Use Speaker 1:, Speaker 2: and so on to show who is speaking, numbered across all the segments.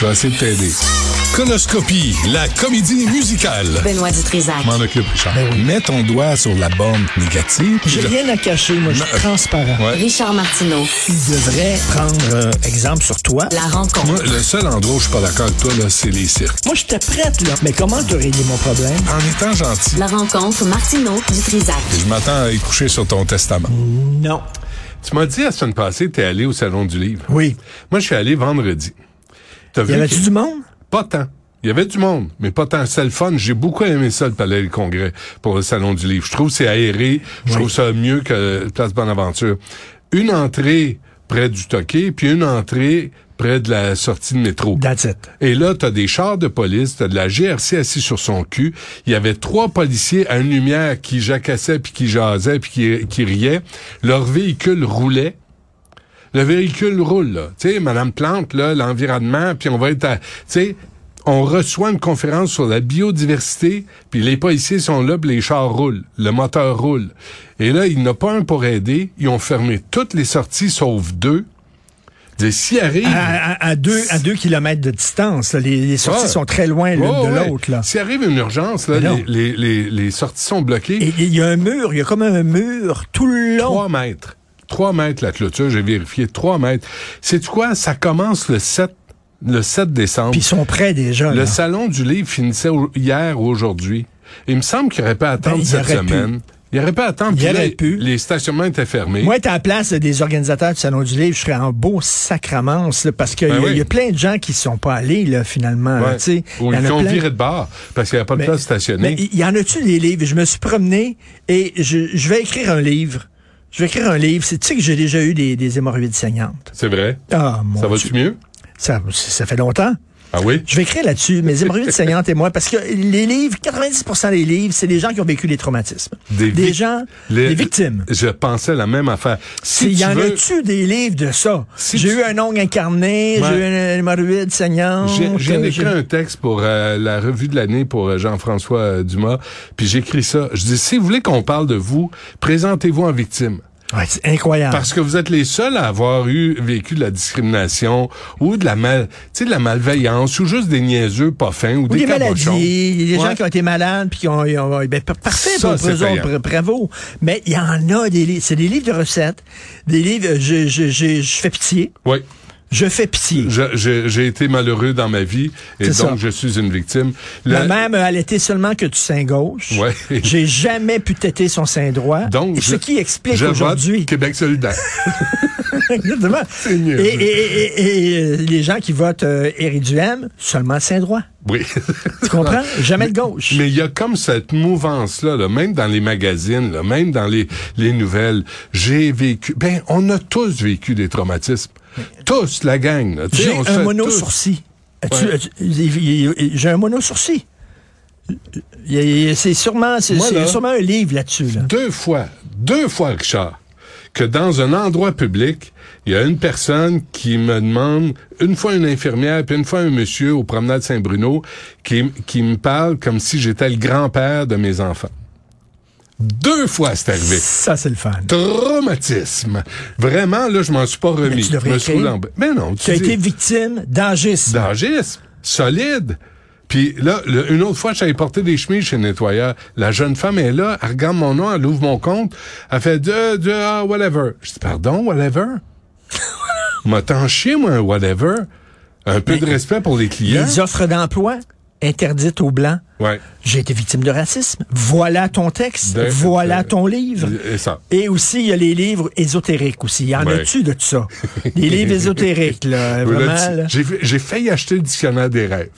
Speaker 1: Je vais essayer de t'aider. Conoscopie, la comédie musicale.
Speaker 2: Benoît Dutrisac.
Speaker 1: M'en occupe, Richard.
Speaker 3: Ben
Speaker 1: Mets ton doigt sur la bande négative. puis
Speaker 3: J'ai
Speaker 1: là-
Speaker 3: rien à cacher, moi, je suis transparent.
Speaker 1: Ouais.
Speaker 2: Richard Martineau.
Speaker 3: Il devrait prendre euh, exemple sur toi.
Speaker 2: La rencontre.
Speaker 1: Moi, le seul endroit où je suis pas d'accord avec toi, là, c'est les cirques.
Speaker 3: Moi, j'étais prête, là. Mais comment te régler mon problème?
Speaker 1: En étant gentil,
Speaker 2: La rencontre Martineau Dutrisac.
Speaker 1: je m'attends à y coucher sur ton testament.
Speaker 3: Non.
Speaker 4: Tu m'as dit la semaine passée que tu es allé au Salon du Livre.
Speaker 3: Oui.
Speaker 4: Moi, je suis allé vendredi. T'as
Speaker 3: Y
Speaker 4: vu?
Speaker 3: avait-tu
Speaker 4: que-
Speaker 3: du monde?
Speaker 4: Pas tant. Il y avait du monde, mais pas tant. C'était le fun. J'ai beaucoup aimé ça, le Palais des Congrès, pour le Salon du Livre. Je trouve que c'est aéré. Je trouve ça mieux que le Place Bonaventure. Une entrée près du toquet, puis une entrée près de la sortie de métro.
Speaker 3: That's it.
Speaker 4: Et là, t'as des chars de police, t'as de la GRC assis sur son cul. Il y avait trois policiers à une lumière qui jacassaient, puis qui jasaient, puis qui, qui riaient. Leur véhicule roulait. Le véhicule roule, là. Tu sais, Madame Plante, là, l'environnement, puis on va être à... Tu sais, on reçoit une conférence sur la biodiversité, puis les policiers sont là, puis les chars roulent, le moteur roule. Et là, il n'y en a pas un pour aider. Ils ont fermé toutes les sorties, sauf deux. Des s'y arrive...
Speaker 3: À, à- à deux, à deux kilomètres de distance, là. Les, les sorties
Speaker 4: Ouais.
Speaker 3: sont très loin l'une
Speaker 4: Ouais,
Speaker 3: de
Speaker 4: Ah. Oh, ouais.
Speaker 3: l'autre, là.
Speaker 4: S'il arrive une urgence, là,
Speaker 3: Mais non.
Speaker 4: les, les, les, les sorties sont bloquées.
Speaker 3: Et il y a un mur, il y a comme un mur tout le long.
Speaker 4: 3 mètres. 3 mètres la clôture, j'ai vérifié. 3 mètres. C'est quoi? Ça commence le 7, le 7 décembre.
Speaker 3: Puis ils sont prêts déjà.
Speaker 4: le
Speaker 3: là.
Speaker 4: salon du livre finissait au- hier ou aujourd'hui. Il me semble qu'il aurait pas à attendre
Speaker 3: Ben, il
Speaker 4: cette
Speaker 3: aurait pu.
Speaker 4: semaine. Il aurait pas à attendre.
Speaker 3: Il
Speaker 4: puis
Speaker 3: aurait
Speaker 4: là,
Speaker 3: pu.
Speaker 4: Les stationnements étaient fermés.
Speaker 3: Moi, être à la place des organisateurs du Salon du Livre, je serais en beau sacramence, là, parce qu'il
Speaker 4: Ben
Speaker 3: y, a-
Speaker 4: oui.
Speaker 3: il y a plein de gens qui sont pas allés, là, finalement. là,
Speaker 4: Ouais.
Speaker 3: tu sais.
Speaker 4: Ou
Speaker 3: Il y en
Speaker 4: ils
Speaker 3: a
Speaker 4: ont
Speaker 3: plein.
Speaker 4: viré de bar parce qu'il n'y a pas de
Speaker 3: Mais-
Speaker 4: place stationnée.
Speaker 3: mais il y en a-tu des livres? Je me suis promené et je, je vais écrire un livre. Je vais écrire un livre. C'est- Tu sais que j'ai déjà eu des, des hémorroïdes saignantes.
Speaker 4: C'est vrai.
Speaker 3: Ah, mon
Speaker 4: Ça
Speaker 3: Dieu.
Speaker 4: va-tu mieux?
Speaker 3: Ça, ça fait longtemps.
Speaker 4: Ah oui?
Speaker 3: Je vais écrire là-dessus, mes hémorroïdes saignantes et moi, parce que les livres, 90% des livres, c'est des gens qui ont vécu des traumatismes.
Speaker 4: Des vic-
Speaker 3: gens,
Speaker 4: les-
Speaker 3: des victimes.
Speaker 4: Je pensais la même affaire. Si
Speaker 3: Il
Speaker 4: tu
Speaker 3: y en
Speaker 4: veux,
Speaker 3: a-tu des livres de ça?
Speaker 4: Si
Speaker 3: j'ai
Speaker 4: tu-
Speaker 3: eu un ongle incarné,
Speaker 4: Ouais.
Speaker 3: j'ai eu une hémorroïde saignante.
Speaker 4: j'ai- j'ai
Speaker 3: euh,
Speaker 4: écrit un texte pour euh, la revue de l'année pour euh, Jean-François euh, Dumas, puis j'écris ça. Je dis, si vous voulez qu'on parle de vous, présentez-vous en victime.
Speaker 3: Ouais, c'est incroyable.
Speaker 4: Parce que vous êtes les seuls à avoir eu vécu de la discrimination ou de la mal, tu sais, de la malveillance ou juste des niaiseux pas fins ou,
Speaker 3: Ou des,
Speaker 4: cabochons.
Speaker 3: maladies, il y a des
Speaker 4: Ouais.
Speaker 3: gens qui ont été malades puis qui ont, ils ont- ben, par- parfait
Speaker 4: Ça,
Speaker 3: pour- pour
Speaker 4: c'est
Speaker 3: eux autres,
Speaker 4: payant.
Speaker 3: bra- bravo. Mais il y en a des livres, c'est des livres de recettes, des livres, euh, je, je, je, je fais pitié,
Speaker 4: Oui.
Speaker 3: je fais pitié.
Speaker 4: Je- je- J'ai été malheureux dans ma vie et donc
Speaker 3: C'est ça.
Speaker 4: je suis une victime.
Speaker 3: Ma
Speaker 4: La-
Speaker 3: mère m'a allaité seulement que du sein gauche.
Speaker 4: Ouais.
Speaker 3: J'ai jamais pu têter son sein droit.
Speaker 4: donc,
Speaker 3: Et ce
Speaker 4: je-
Speaker 3: qui explique
Speaker 4: je vote
Speaker 3: aujourd'hui.
Speaker 4: Québec solidaire.
Speaker 3: Exactement. Et,
Speaker 4: mieux.
Speaker 3: et- et- et- et, euh, les gens qui votent euh, Éric Duhem, seulement sein droit.
Speaker 4: oui.
Speaker 3: Tu comprends? Jamais de gauche.
Speaker 4: Mais il y a comme cette mouvance-là, là, même dans les magazines, là, même dans les, les nouvelles. J'ai vécu... Ben, on a tous vécu des traumatismes. Tous, la gang. là. Tu sais,
Speaker 3: J'ai
Speaker 4: on se
Speaker 3: un
Speaker 4: fait
Speaker 3: mono
Speaker 4: tous.
Speaker 3: sourcil. As-tu-
Speaker 4: Ouais.
Speaker 3: as-tu- il- il- il- J'ai un mono sourcil. Il- il- C'est sûrement, c'est-
Speaker 4: Moi, là-
Speaker 3: c'est sûrement un livre là-dessus. là.
Speaker 4: Deux fois, deux fois, Richard, que dans un endroit public, il y a une personne qui me demande, une fois une infirmière, puis une fois un monsieur au promenade Saint-Bruno, qui, qui me parle comme si j'étais le grand-père de mes enfants. Deux fois, c'est arrivé.
Speaker 3: Ça, c'est le fan.
Speaker 4: traumatisme. Vraiment, là, je m'en suis pas remis.
Speaker 3: Mais tu devrais
Speaker 4: Je me suis
Speaker 3: écrire.
Speaker 4: roulé en ba- Mais non, tu
Speaker 3: Tu as
Speaker 4: dis-
Speaker 3: été victime d'angisme.
Speaker 4: d'angisme, solide. Puis là, le- une autre fois, j'avais porté des chemises chez le nettoyeur. La jeune femme est là, elle regarde mon nom, elle ouvre mon compte, elle fait de, de, ah, whatever. Je dis, pardon, whatever? M'a tant chier, moi, un whatever. Un peu de respect pour les clients.
Speaker 3: Les offres d'emploi interdites aux Blancs.
Speaker 4: Ouais.
Speaker 3: J'ai été victime de racisme. Voilà ton texte.
Speaker 4: De-
Speaker 3: voilà
Speaker 4: de-
Speaker 3: ton livre.
Speaker 4: Et ça.
Speaker 3: Et aussi, il y a les livres ésotériques aussi. Il y en
Speaker 4: euh, Ouais.
Speaker 3: a-tu de tout ça? les livres ésotériques, là,
Speaker 4: Là,
Speaker 3: vraiment.
Speaker 4: tu-
Speaker 3: là.
Speaker 4: J'ai fa- j'ai failli acheter le dictionnaire des rêves.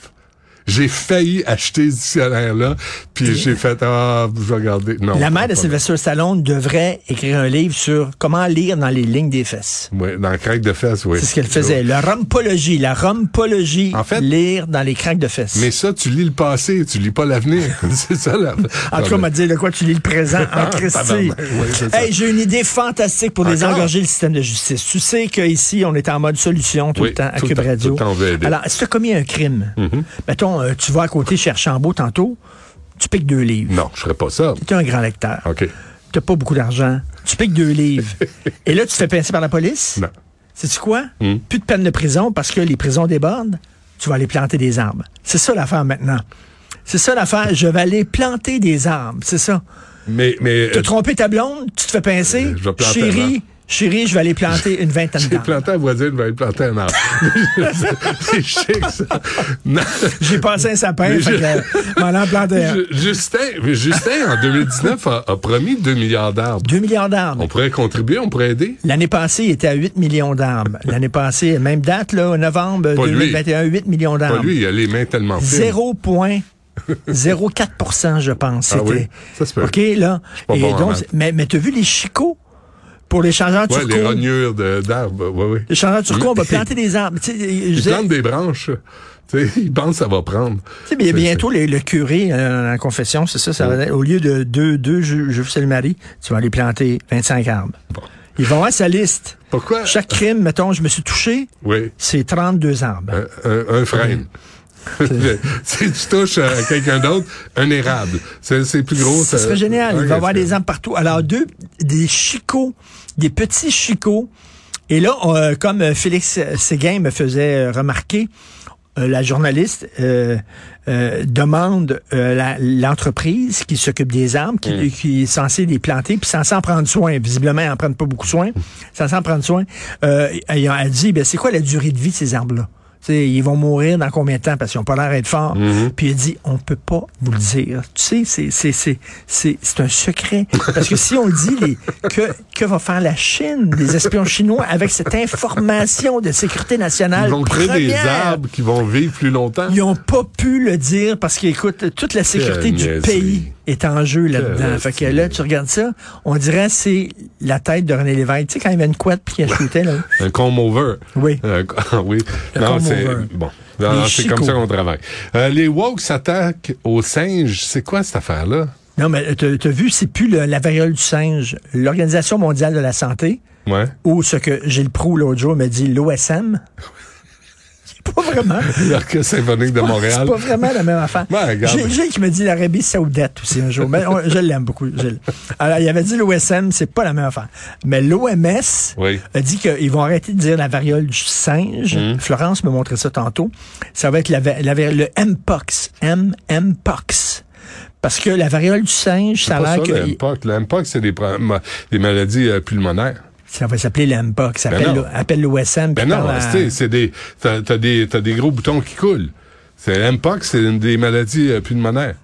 Speaker 4: J'ai failli acheter ce dictionnaire-là, puis j'ai fait, ah, vous regardez. Non.
Speaker 3: La mère
Speaker 4: pas
Speaker 3: de
Speaker 4: là.
Speaker 3: Sylvester Stallone devrait écrire un livre sur comment lire dans les lignes des fesses.
Speaker 4: Oui, dans le crack de fesses, oui.
Speaker 3: C'est ce qu'elle faisait. La rompologie, la rompologie,
Speaker 4: En fait-
Speaker 3: lire dans les craques de fesses.
Speaker 4: Mais ça, tu lis le passé, tu lis pas l'avenir. c'est ça, la...
Speaker 3: en tout cas, on m'a dit de quoi tu lis le présent en Christie.
Speaker 4: tabarnak, oui, c'est ça.
Speaker 3: hey, j'ai une idée fantastique pour
Speaker 4: Encore?
Speaker 3: désengorger le système de justice. Tu sais qu'ici, on est en mode solution tout
Speaker 4: Oui,
Speaker 3: le temps à
Speaker 4: tout le
Speaker 3: Cube
Speaker 4: temps,
Speaker 3: Radio.
Speaker 4: tout le temps, on veut aider. Mhm.
Speaker 3: Alors, si tu as commis un crime, mettons, euh, tu vas à côté chez Archambault tantôt, tu piques deux livres.
Speaker 4: Non, je ferais pas ça.
Speaker 3: Tu es un grand lecteur.
Speaker 4: OK.
Speaker 3: T'as pas beaucoup d'argent. Tu piques deux livres. Et là, tu te fais pincer par la police.
Speaker 4: Non. Hmm?
Speaker 3: Sais-tu quoi? Plus de peine de prison parce que les prisons débordent. tu vas aller planter des arbres. C'est ça l'affaire maintenant. C'est ça l'affaire. Je vais aller planter des arbres. C'est ça.
Speaker 4: Mais, mais
Speaker 3: T'as
Speaker 4: euh,
Speaker 3: trompé ta blonde, tu te fais pincer.
Speaker 4: Euh, je vais planter un arbre.
Speaker 3: chérie, chérie, je vais aller planter une vingtaine
Speaker 4: euh, j'ai
Speaker 3: d'arbres.
Speaker 4: planté à voisine, je vais planter un arbre. c'est chic, ça. Non.
Speaker 3: J'ai passé un sapin,
Speaker 4: Mais
Speaker 3: fait
Speaker 4: je-
Speaker 3: que, euh, m'en allant planter un.
Speaker 4: Ju- Justin, Justin, en 2019, a, a promis 2 milliards d'arbres.
Speaker 3: 2 milliards d'arbres.
Speaker 4: On pourrait contribuer, on pourrait aider.
Speaker 3: L'année passée, il était à 8 millions d'arbres. L'année passée, même date, là, novembre
Speaker 4: Pas lui.
Speaker 3: 2021, 8 millions
Speaker 4: Pas
Speaker 3: d'arbres.
Speaker 4: lui, il a les mains tellement fines.
Speaker 3: 0,04 je pense.
Speaker 4: Ah oui,
Speaker 3: c'était.
Speaker 4: ça se peut.
Speaker 3: OK, là.
Speaker 4: pas
Speaker 3: Et
Speaker 4: bon en
Speaker 3: donc,
Speaker 4: maths.
Speaker 3: c'est- mais mais t'as vu les chicots pour les changeurs
Speaker 4: Ouais, les
Speaker 3: turcos?
Speaker 4: rognures de- d'arbres, ouais, ouais.
Speaker 3: Les changeurs turcos, on va planter des arbres. Tu sais, je
Speaker 4: Ils
Speaker 3: disais-
Speaker 4: plantent des branches. Tu sais, ils pensent que ça va prendre.
Speaker 3: Tu sais, bien,
Speaker 4: C'est-
Speaker 3: bientôt, les- le curé, euh, dans la confession, c'est ça, ça va être- au lieu de deux, deux Ju- Juifs et le mari, tu vas aller planter 25 arbres. Ils vont à sa liste.
Speaker 4: Pourquoi?
Speaker 3: Chaque crime, mettons, je me suis touché,
Speaker 4: Oui.
Speaker 3: c'est 32 arbres.
Speaker 4: Un, un- un frêne. si tu touches à quelqu'un d'autre, un érable. C'est c'est plus gros. ça-
Speaker 3: Ce serait génial.
Speaker 4: Ouais,
Speaker 3: Il va y avoir
Speaker 4: c'est-
Speaker 3: des arbres partout. Alors, deux, des chicots, des petits chicots. Et là, on, euh, comme euh, Félix Séguin me faisait euh, remarquer, euh, la journaliste euh, euh, demande euh, la- l'entreprise qui s'occupe des arbres, qui,
Speaker 4: Mm.
Speaker 3: qui est censée les planter, puis sans s'en prendre soin. Visiblement, elle en prend pas beaucoup soin. Sans s'en prendre soin, euh, elle, elle dit, ben, c'est quoi la durée de vie de ces arbres-là? Tu sais, ils vont mourir dans combien de temps parce qu'ils n'ont pas l'air d'être forts.
Speaker 4: Mm-hmm.
Speaker 3: Puis il dit, on peut pas vous le dire. Tu sais, c'est- c'est- c'est c'est- c'est un secret. Parce que si on le dit, les, que, que va faire la Chine, les espions chinois, avec cette information de sécurité nationale
Speaker 4: Ils vont créer des
Speaker 3: première?
Speaker 4: arbres qui vont vivre plus longtemps.
Speaker 3: Ils n'ont pas pu le dire parce qu'écoute, toute la sécurité
Speaker 4: Quelle
Speaker 3: du
Speaker 4: niaiserie.
Speaker 3: pays est en jeu là-dedans.
Speaker 4: Quelle
Speaker 3: Fait que là, tu regardes ça, on dirait c'est la tête de René Lévesque. Tu sais, quand il avait une couette puis qu'il shootait, là.
Speaker 4: Un comb over.
Speaker 3: Oui.
Speaker 4: Un co- ah oui.
Speaker 3: Le
Speaker 4: non,
Speaker 3: comb
Speaker 4: c'est
Speaker 3: over.
Speaker 4: bon.
Speaker 3: Les
Speaker 4: Non, c'est
Speaker 3: chicots.
Speaker 4: comme ça qu'on travaille. Euh, les woke s'attaquent aux singes. C'est quoi cette affaire-là?
Speaker 3: Non, mais euh, t'as t'as vu, c'est plus le- la variole du singe. L'Organisation mondiale de la santé,
Speaker 4: Ouais.
Speaker 3: ou ce que Gilles Proux l'autre jour me dit, l'OSM. C'est pas vraiment.
Speaker 4: L'Orchestre symphonique de Montréal.
Speaker 3: C'est pas vraiment la même affaire.
Speaker 4: Ben, regarde.
Speaker 3: J'ai Gilles qui me dit l'Arabie Saoudite aussi un jour. Mais on- je l'aime beaucoup, Gilles. Alors, il avait dit l'OSM, c'est pas la même affaire. Mais l'OMS
Speaker 4: Oui. Mm.
Speaker 3: a dit qu'ils vont arrêter de dire la variole du singe. Florence me montrait ça tantôt. Ça va être la, va- la va- le M-Pox. M-M-Pox. Parce que la variole du singe, ça a
Speaker 4: Pas
Speaker 3: l'air
Speaker 4: ça,
Speaker 3: que...
Speaker 4: le MPOC. Le MPOC, c'est des, pro- ma- des maladies euh, pulmonaires.
Speaker 3: Ça va s'appeler le M-Pox.
Speaker 4: Ben
Speaker 3: Appelle
Speaker 4: non.
Speaker 3: le- Appelle l'OSM.
Speaker 4: Ben non, c'est c'est des, t'as t'as des, t'as des gros boutons qui coulent. C'est MPOC, c'est une des maladies euh, pulmonaires.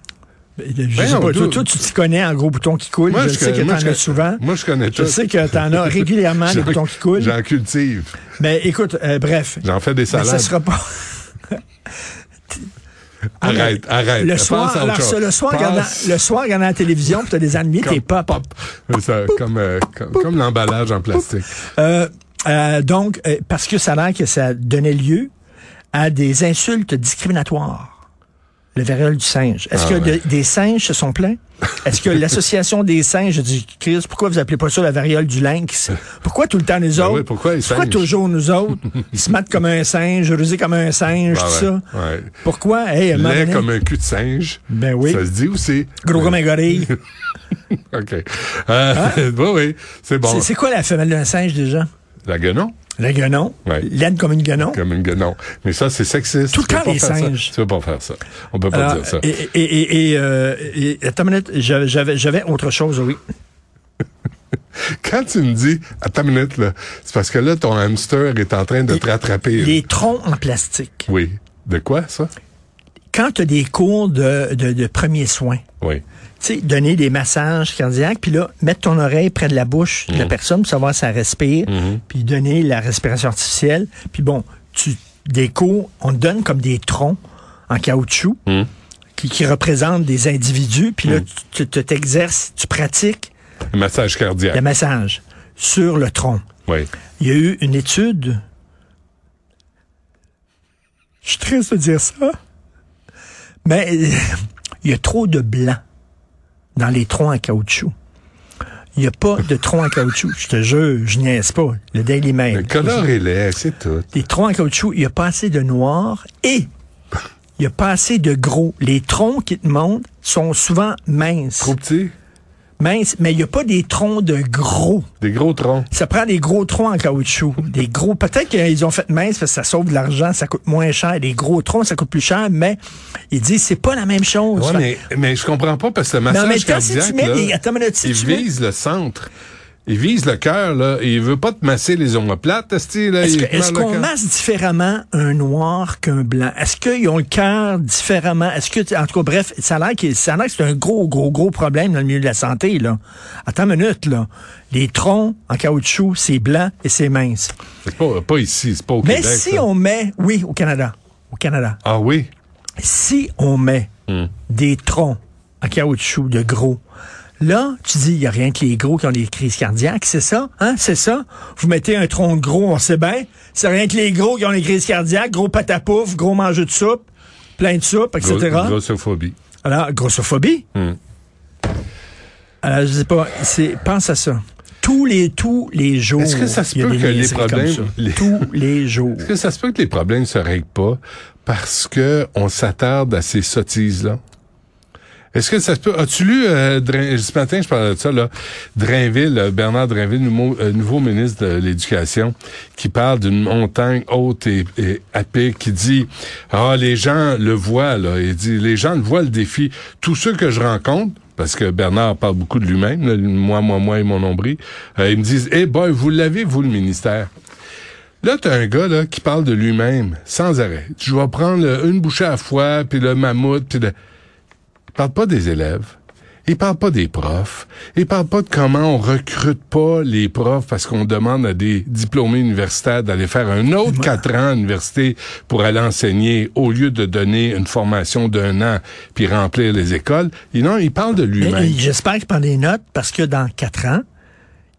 Speaker 3: Je
Speaker 4: Ben
Speaker 3: sais
Speaker 4: non,
Speaker 3: pas, toi,
Speaker 4: tout-
Speaker 3: toi, tu t'y connais en gros bouton qui coule.
Speaker 4: Moi,
Speaker 3: je,
Speaker 4: je
Speaker 3: sais
Speaker 4: connais-
Speaker 3: que
Speaker 4: moi,
Speaker 3: t'en
Speaker 4: je
Speaker 3: as
Speaker 4: connais-
Speaker 3: souvent.
Speaker 4: moi, je connais
Speaker 3: Je
Speaker 4: tout.
Speaker 3: sais que t'en as régulièrement des
Speaker 4: J'en-
Speaker 3: boutons qui coulent.
Speaker 4: J'en cultive.
Speaker 3: Mais écoute, euh, bref.
Speaker 4: J'en fais des
Speaker 3: Mais ça
Speaker 4: salades.
Speaker 3: sera pas.
Speaker 4: Arrête, arrête.
Speaker 3: Le
Speaker 4: Pense à
Speaker 3: soir,
Speaker 4: autre
Speaker 3: alors,
Speaker 4: chose.
Speaker 3: ça, le soir,
Speaker 4: Pense-
Speaker 3: regardant, le soir, regardant la télévision, puis t'as des ennemis, t'es
Speaker 4: Comme-
Speaker 3: pop.
Speaker 4: Ça, comme euh, comme, comme l'emballage en plastique.
Speaker 3: Euh, euh, donc, euh, parce que ça a l'air que ça donnait lieu à des insultes discriminatoires. Le vérel du singe. Est-ce
Speaker 4: Ah
Speaker 3: que de-
Speaker 4: ouais.
Speaker 3: des singes se sont plaints? Est-ce que l'association des singes a dit, Chris, pourquoi vous appelez pas ça la variole du lynx? Pourquoi tout le temps nous
Speaker 4: Ben
Speaker 3: autres?
Speaker 4: oui, pourquoi les singes?
Speaker 3: toujours nous autres? Ils se matent comme un singe, rusés comme un singe,
Speaker 4: Ah
Speaker 3: tout
Speaker 4: ouais,
Speaker 3: ça.
Speaker 4: ouais.
Speaker 3: Pourquoi? Hey, à un moment
Speaker 4: Lait
Speaker 3: donné,
Speaker 4: comme un cul de singe.
Speaker 3: Ben oui.
Speaker 4: Ça se dit aussi.
Speaker 3: Gros comme un gorille.
Speaker 4: OK. Euh, oui, oui. C'est bon.
Speaker 3: C'est- C'est quoi la femelle d'un singe déjà?
Speaker 4: La guenon?
Speaker 3: Le guenon.
Speaker 4: Ouais.
Speaker 3: Laine comme une guenon.
Speaker 4: Comme une guenon. Mais ça, c'est sexiste.
Speaker 3: Tout le
Speaker 4: Tu peux
Speaker 3: temps,
Speaker 4: pas
Speaker 3: les
Speaker 4: faire ça.
Speaker 3: singes.
Speaker 4: Tu peux pas faire ça. On peut pas
Speaker 3: Alors,
Speaker 4: dire ça.
Speaker 3: Et, et, et, et, euh, et- attends une minute, j'a- j'avais, j'avais autre chose, oui.
Speaker 4: Quand tu me dis, attends une minute, là, c'est parce que là, ton hamster est en train de te rattraper.
Speaker 3: Les troncs en plastique.
Speaker 4: Oui. De quoi, ça?
Speaker 3: Quand tu as des cours de, de, de premiers soins,
Speaker 4: Oui.
Speaker 3: tu sais, donner des massages cardiaques, puis là, mettre ton oreille près de la bouche de la
Speaker 4: Mhm.
Speaker 3: personne pour savoir si elle respire, puis donner la respiration artificielle, puis bon, tu des cours, on te donne comme des troncs en caoutchouc
Speaker 4: Mhm.
Speaker 3: qui, qui représentent des individus, puis là, tu tu t'exerces, tu pratiques
Speaker 4: Un massage cardiaque.
Speaker 3: le massage sur le tronc.
Speaker 4: Oui.
Speaker 3: Il y a eu une étude. Je suis triste de dire ça. Mais il y a trop de blanc dans les troncs en caoutchouc. Il n'y a pas de troncs en caoutchouc. Je te jure, je niaise pas. Le Daily Mail.
Speaker 4: Colorez-les, c'est tout.
Speaker 3: Les troncs en caoutchouc, il n'y a pas assez de noir et il n'y a pas assez de gros. Les troncs qui te montent sont souvent minces.
Speaker 4: Trop petit?
Speaker 3: mince, mais il n'y a pas des troncs de gros.
Speaker 4: Des gros troncs.
Speaker 3: Ça prend des gros troncs en caoutchouc. Des gros. Peut-être qu'ils ont fait mince parce que ça sauve de l'argent, ça coûte moins cher. Des gros troncs, ça coûte plus cher, mais ils disent c'est pas la même chose.
Speaker 4: Ouais, mais, mais je comprends pas parce que le
Speaker 3: en
Speaker 4: massage
Speaker 3: même temps, si
Speaker 4: cardiaque,
Speaker 3: tu mets
Speaker 4: là,
Speaker 3: des- attends une minute, si
Speaker 4: il
Speaker 3: tu mets-
Speaker 4: vise le centre. Il vise le cœur, là. Il veut pas te masser les omoplates, esti, là.
Speaker 3: Est-ce
Speaker 4: Il
Speaker 3: que-
Speaker 4: te
Speaker 3: est-ce
Speaker 4: meurt le
Speaker 3: qu'on
Speaker 4: cœur.
Speaker 3: masse différemment un noir qu'un blanc? Est-ce qu'ils ont le cœur différemment? Est-ce que, en tout cas, bref, ça a l'air qu'il- ça a l'air que c'est un gros, gros, gros problème dans le milieu de la santé, là. Attends une minute, là. Les troncs en caoutchouc, c'est blanc et c'est mince.
Speaker 4: C'est pas, pas ici, c'est pas au
Speaker 3: Mais
Speaker 4: Québec.
Speaker 3: si
Speaker 4: ça.
Speaker 3: on met, oui, au Canada, au Canada,
Speaker 4: Ah oui?
Speaker 3: si on met
Speaker 4: Hmm.
Speaker 3: des troncs en caoutchouc de gros, là, tu dis, il n'y a rien que les gros qui ont des crises cardiaques, c'est ça? Hein? C'est ça? Vous mettez un tronc de gros, on sait bien, c'est rien que les gros qui ont des crises cardiaques, gros patapouf, gros mangeux de soupe, plein de soupe, etc.
Speaker 4: Gros- grossophobie.
Speaker 3: Alors, grossophobie.
Speaker 4: Hmm.
Speaker 3: Alors, je sais pas, c'est, pense à ça. Tous les, tous les jours.
Speaker 4: Est-ce que ça se
Speaker 3: il y a
Speaker 4: peut
Speaker 3: des
Speaker 4: que les
Speaker 3: niaiseries comme
Speaker 4: problèmes-
Speaker 3: ça.
Speaker 4: les-
Speaker 3: Tous les jours.
Speaker 4: Est-ce que ça se peut que les problèmes se règlent pas parce que on s'attarde à ces sottises-là? Est-ce que ça se peut? As-tu lu, euh, Drin- ce matin, je parlais de ça, là, Drainville, euh, Bernard Drainville, nouveau, euh, nouveau ministre de l'Éducation, qui parle d'une montagne haute et, et à pic, qui dit, ah, les gens le voient, là, il dit, les gens le voient, le défi. Tous ceux que je rencontre, parce que Bernard parle beaucoup de lui-même, là, moi, moi, moi et mon nombril, euh, ils me disent, eh ben, vous l'avez, vous, le ministère. Là, t'as un gars là, qui parle de lui-même sans arrêt. Je vais prendre le- une bouchée à la fois, puis le mammouth, puis le... Il parle pas des élèves. Il parle pas des profs. Il parle pas de comment on recrute pas les profs parce qu'on demande à des diplômés universitaires d'aller faire un autre quatre ans à l'université pour aller enseigner au lieu de donner une formation d'un an puis remplir les écoles. Et non, il parle de
Speaker 3: Et-
Speaker 4: lui-même.
Speaker 3: et J'espère qu'il prend des notes parce que dans quatre ans,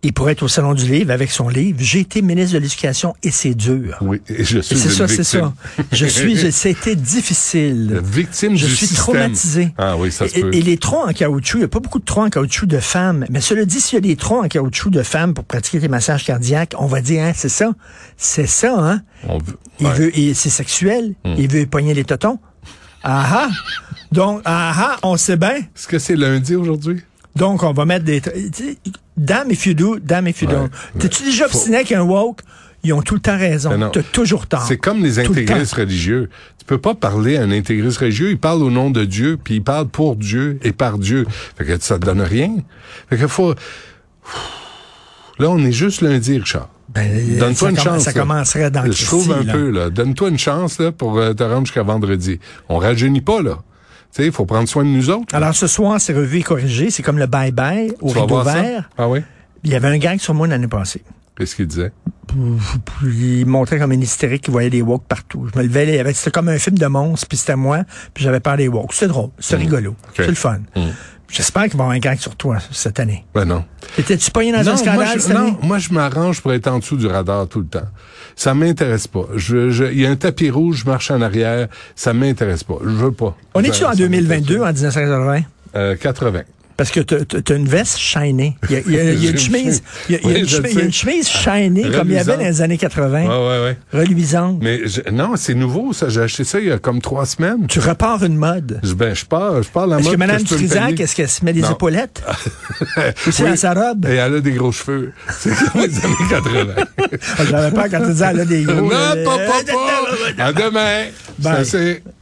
Speaker 3: il pourrait être au Salon du Livre avec son livre J'ai été ministre de l'Éducation et c'est dur.
Speaker 4: Oui, et je suis
Speaker 3: Et c'est
Speaker 4: une
Speaker 3: ça, c'est
Speaker 4: victime.
Speaker 3: ça. Je suis, je- c'était difficile.
Speaker 4: Victime
Speaker 3: Je
Speaker 4: du
Speaker 3: suis
Speaker 4: système.
Speaker 3: traumatisé.
Speaker 4: Ah oui, ça se
Speaker 3: et,
Speaker 4: peut.
Speaker 3: et les troncs en caoutchouc, il n'y a pas beaucoup de troncs en caoutchouc de femmes. Mais cela dit, s'il y a des troncs en caoutchouc de femmes pour pratiquer des massages cardiaques, on va dire, hein, c'est ça. C'est ça, hein.
Speaker 4: On veut-
Speaker 3: Il
Speaker 4: ouais. Hmm.
Speaker 3: veut, et c'est sexuel. Il veut pogner les totons. Ah ah. Donc, ah ah, on sait bien.
Speaker 4: Est-ce que c'est lundi aujourd'hui?
Speaker 3: Donc, on va mettre des... tra- tu sais, Damn if you do, damn if you
Speaker 4: Ouais,
Speaker 3: don't.
Speaker 4: ouais.
Speaker 3: T'es-tu déjà
Speaker 4: Faut-
Speaker 3: obstiné avec un woke? Ils ont tout le temps
Speaker 4: Ben
Speaker 3: raison.
Speaker 4: non.
Speaker 3: T'as toujours tort.
Speaker 4: C'est comme les
Speaker 3: Ah. Tout le temps.
Speaker 4: intégristes religieux. Tu peux pas parler à un intégriste religieux. Il parle au nom de Dieu, puis il parle pour Dieu et par Dieu. Fait que ça te donne rien. Fait que faut... Là, on est juste lundi, Richard.
Speaker 3: Ben, ça
Speaker 4: Donne-toi une
Speaker 3: commence-
Speaker 4: chance.
Speaker 3: Ça
Speaker 4: là.
Speaker 3: commencerait dans le
Speaker 4: Je trouve un peu, là. Donne-toi une chance, là, pour euh, te rendre jusqu'à vendredi. On rajeunit pas, là. Tu sais, il faut prendre soin de nous autres.
Speaker 3: Alors, ce soir, c'est revu et corrigé. C'est comme le bye-bye Ah, au
Speaker 4: Tu vas
Speaker 3: rideau
Speaker 4: voir ça?
Speaker 3: vert.
Speaker 4: Ah oui?
Speaker 3: Il y avait un gang sur moi l'année passée.
Speaker 4: Qu'est-ce qu'il disait?
Speaker 3: Puis, Il me montrait comme une hystérique qui voyait des woke partout. Je me levais, il y avait- c'était comme un film de monstre, puis c'était moi, puis j'avais peur des woke. C'était drôle, c'était
Speaker 4: Mm.
Speaker 3: rigolo, c'est le fun. J'espère qu'il va y avoir un gang sur toi cette année.
Speaker 4: Ben non.
Speaker 3: Étais-tu pogné dans un scandale
Speaker 4: moi, je,
Speaker 3: cette
Speaker 4: non,
Speaker 3: année?
Speaker 4: moi, je m'arrange pour être en dessous du radar tout le temps. Ça m'intéresse pas. Je, je- il y a un tapis rouge, je marche en arrière. Ça m'intéresse pas. Je veux pas.
Speaker 3: On
Speaker 4: Ben, Ça-
Speaker 3: est-tu en
Speaker 4: ça
Speaker 3: 2022,
Speaker 4: m'intéresse
Speaker 3: en 1980?
Speaker 4: pas. Euh, 80.
Speaker 3: Parce que t'as- t'as t'as une veste shinée. Il y a, il y a- il y a une
Speaker 4: Je
Speaker 3: chemise, il y a, il y a
Speaker 4: Oui,
Speaker 3: une,
Speaker 4: je
Speaker 3: chemise
Speaker 4: sais.
Speaker 3: il y a une chemise shinée comme il y avait dans les années 80,
Speaker 4: Ouais, ouais, ouais.
Speaker 3: reluisante.
Speaker 4: Mais je- non, c'est nouveau, ça. J'ai acheté ça il y a comme trois semaines.
Speaker 3: Tu repars une mode.
Speaker 4: Je, ben, je pars, je pars la
Speaker 3: Est-ce
Speaker 4: mode
Speaker 3: que Mme
Speaker 4: je peux me
Speaker 3: Trisac,
Speaker 4: payer.
Speaker 3: est-ce qu'elle se met des
Speaker 4: Non.
Speaker 3: épaulettes? Ou c'est
Speaker 4: Oui.
Speaker 3: dans sa robe?
Speaker 4: Et elle a des gros cheveux. C'est comme les années 80.
Speaker 3: Ah, J'avais peur quand tu disais, elle a des gros...
Speaker 4: non,
Speaker 3: Oh là,
Speaker 4: pas,
Speaker 3: là,
Speaker 4: pas, pas. À demain. Ça,
Speaker 3: Bye.
Speaker 4: c'est...